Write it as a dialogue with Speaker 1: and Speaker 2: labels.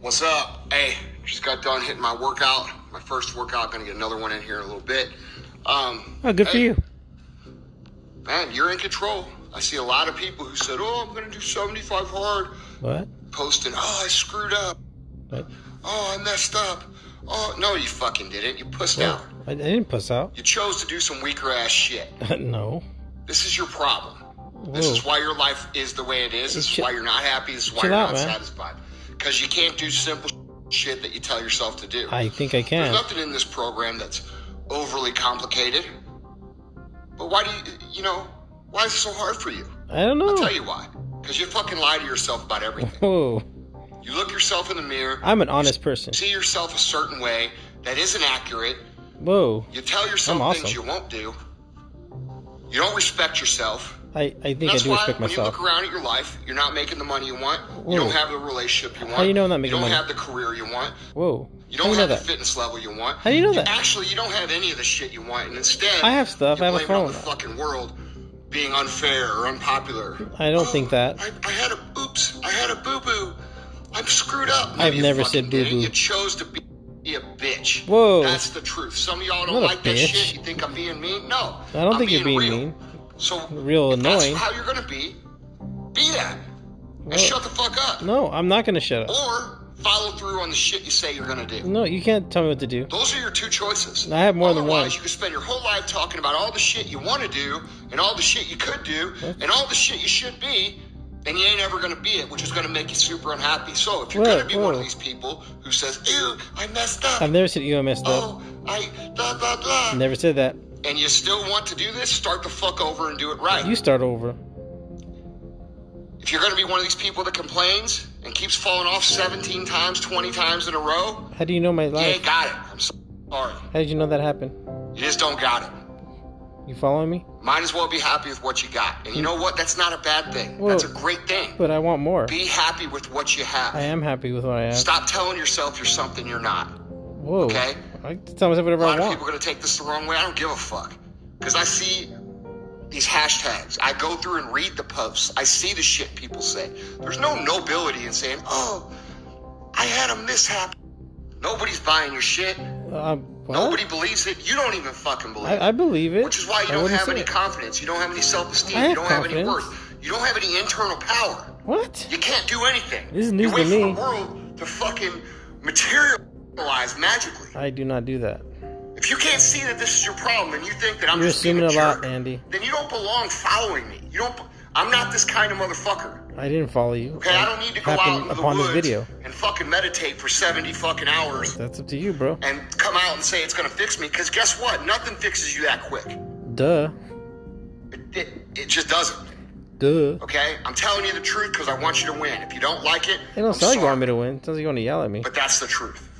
Speaker 1: What's up? Hey, just got done hitting my workout. My first workout. Gonna get another one in here in a little bit. Um,
Speaker 2: Oh, good for
Speaker 1: hey,
Speaker 2: you.
Speaker 1: Man, you're in control. I see a lot of people who said, "Oh, I'm gonna do 75 hard,"
Speaker 2: What?
Speaker 1: posting, "Oh, I screwed up.
Speaker 2: What?
Speaker 1: Oh, I messed up. Oh, no, you fucking didn't. You pussed
Speaker 2: what?
Speaker 1: out.
Speaker 2: I I didn't puss out.
Speaker 1: You chose to do some weaker ass shit.
Speaker 2: no.
Speaker 1: This is your problem. This
Speaker 2: Whoa.
Speaker 1: is why your life is the way it is. This is
Speaker 2: Chill-
Speaker 1: why you're not happy. This is why
Speaker 2: chill
Speaker 1: you're
Speaker 2: out,
Speaker 1: not
Speaker 2: man.
Speaker 1: satisfied. Because you can't do simple shit that you tell yourself to do.
Speaker 2: I think I
Speaker 1: There's
Speaker 2: can.
Speaker 1: nothing in this program that's overly complicated. But why do you, you know, why is it so hard for you?
Speaker 2: I don't
Speaker 1: I'll
Speaker 2: know.
Speaker 1: tell you why. Because you fucking lie to yourself about everything.
Speaker 2: Whoa.
Speaker 1: You look yourself in the mirror,
Speaker 2: I'm an honest person.
Speaker 1: see yourself a certain way that isn't accurate.
Speaker 2: Whoa.
Speaker 1: You tell yourself
Speaker 2: I'm awesome.
Speaker 1: things you won't do. You don't respect yourself.
Speaker 2: I, I think I
Speaker 1: That's
Speaker 2: do
Speaker 1: why
Speaker 2: respect
Speaker 1: when you
Speaker 2: myself.
Speaker 1: look around at your life, you're not making the money you want. You
Speaker 2: Whoa.
Speaker 1: don't have the relationship you want.
Speaker 2: do you know I'm not making
Speaker 1: You don't
Speaker 2: money?
Speaker 1: have the career you want.
Speaker 2: Whoa.
Speaker 1: You
Speaker 2: How
Speaker 1: don't
Speaker 2: do you know
Speaker 1: have the
Speaker 2: that?
Speaker 1: fitness level you want.
Speaker 2: How do you know that?
Speaker 1: Actually, you don't have any of the shit you want, and instead,
Speaker 2: I have stuff.
Speaker 1: you
Speaker 2: I have a
Speaker 1: blame it on
Speaker 2: phone.
Speaker 1: The fucking world being unfair or unpopular.
Speaker 2: I don't think that.
Speaker 1: I, I had a oops. I had a boo boo. I'm screwed up. No,
Speaker 2: I've
Speaker 1: you
Speaker 2: never
Speaker 1: fucking
Speaker 2: said
Speaker 1: didn't.
Speaker 2: boo-boo.
Speaker 1: You chose to be, be a bitch.
Speaker 2: Whoa.
Speaker 1: That's the truth. Some of y'all
Speaker 2: not
Speaker 1: don't
Speaker 2: a
Speaker 1: like that
Speaker 2: bitch.
Speaker 1: shit. You think I'm being mean? No.
Speaker 2: I don't
Speaker 1: I'm
Speaker 2: think you're being
Speaker 1: real.
Speaker 2: mean.
Speaker 1: So
Speaker 2: Real
Speaker 1: if that's
Speaker 2: annoying.
Speaker 1: how you're gonna be? Be that and
Speaker 2: Whoa.
Speaker 1: shut Oh. the fuck up,
Speaker 2: No, I'm not gonna shut up.
Speaker 1: or follow through on the shit you say you're gonna do.
Speaker 2: No, you can't tell me what to do.
Speaker 1: Those are your two choices.
Speaker 2: I have more than
Speaker 1: Otherwise,
Speaker 2: one.
Speaker 1: You can spend your whole life talking about all the shit you want to do, and all the shit you could do,
Speaker 2: What?
Speaker 1: and all the shit you should be, and you ain't ever gonna be it, which is gonna make you super unhappy. So if you're
Speaker 2: Whoa,
Speaker 1: gonna be one of
Speaker 2: whoa.
Speaker 1: these people who says, "Ew, I messed up,"
Speaker 2: I've never said you I messed up.
Speaker 1: oh, I blah blah blah,
Speaker 2: Never said that.
Speaker 1: and you still want to do this, start the fuck over and do it right.
Speaker 2: You start over.
Speaker 1: if you're gonna be one of these people that complains and keeps falling off 17 times, 20 times in a row,
Speaker 2: How do you know my
Speaker 1: you ain't
Speaker 2: life?
Speaker 1: got it. I'm so sorry.
Speaker 2: How did you know that happened?
Speaker 1: You just don't got it.
Speaker 2: You following me?
Speaker 1: Might as well be happy with what you got. And you know what? That's not a bad thing.
Speaker 2: Well-
Speaker 1: That's a great thing.
Speaker 2: But I want more.
Speaker 1: Be happy with what you
Speaker 2: I
Speaker 1: have.
Speaker 2: am happy with what I have.
Speaker 1: Stop telling yourself you're something you're not.
Speaker 2: Whoa.
Speaker 1: Okay.
Speaker 2: I can tell myself whatever
Speaker 1: A
Speaker 2: I
Speaker 1: lot of
Speaker 2: want.
Speaker 1: people are going to take this the wrong way. I don't give a fuck. Because I see these hashtags. I go through and read the posts. I see the shit people say. There's no nobility in saying, oh, I had a mishap. Nobody's buying your shit.
Speaker 2: Um, what?
Speaker 1: Nobody believes it. You don't even fucking believe it.
Speaker 2: I, I believe it.
Speaker 1: Which is why you
Speaker 2: I
Speaker 1: don't
Speaker 2: wouldn't
Speaker 1: have
Speaker 2: say
Speaker 1: any
Speaker 2: it.
Speaker 1: confidence. You don't have any self esteem.
Speaker 2: I
Speaker 1: You
Speaker 2: have
Speaker 1: don't have any
Speaker 2: confidence.
Speaker 1: worth. You don't have any internal power.
Speaker 2: What?
Speaker 1: You can't do anything.
Speaker 2: This is news
Speaker 1: you wait
Speaker 2: to
Speaker 1: for
Speaker 2: me.
Speaker 1: the world to fucking materialize magically.
Speaker 2: I do not do that.
Speaker 1: If you can't see that this is your problem and you think that I'm
Speaker 2: You're
Speaker 1: just being
Speaker 2: assuming a lot,
Speaker 1: jerk,
Speaker 2: Andy.
Speaker 1: then you don't belong following me. You don't. I'm not this kind of motherfucker.
Speaker 2: I didn't follow you.
Speaker 1: Okay, I don't need to go out
Speaker 2: Happened
Speaker 1: into the
Speaker 2: upon
Speaker 1: woods
Speaker 2: this video.
Speaker 1: and fucking meditate for 70 fucking hours
Speaker 2: That's up to you, bro.
Speaker 1: and come out and say it's gonna fix me. Because guess what? Nothing fixes you that quick.
Speaker 2: Duh.
Speaker 1: It, it, it just doesn't.
Speaker 2: Duh.
Speaker 1: Okay, I'm telling you the truth because I want you to win. If you don't like it,
Speaker 2: It don't
Speaker 1: I'm
Speaker 2: sound like you
Speaker 1: sorry,
Speaker 2: want me to win. It sounds like you want to yell at me.
Speaker 1: But that's the truth.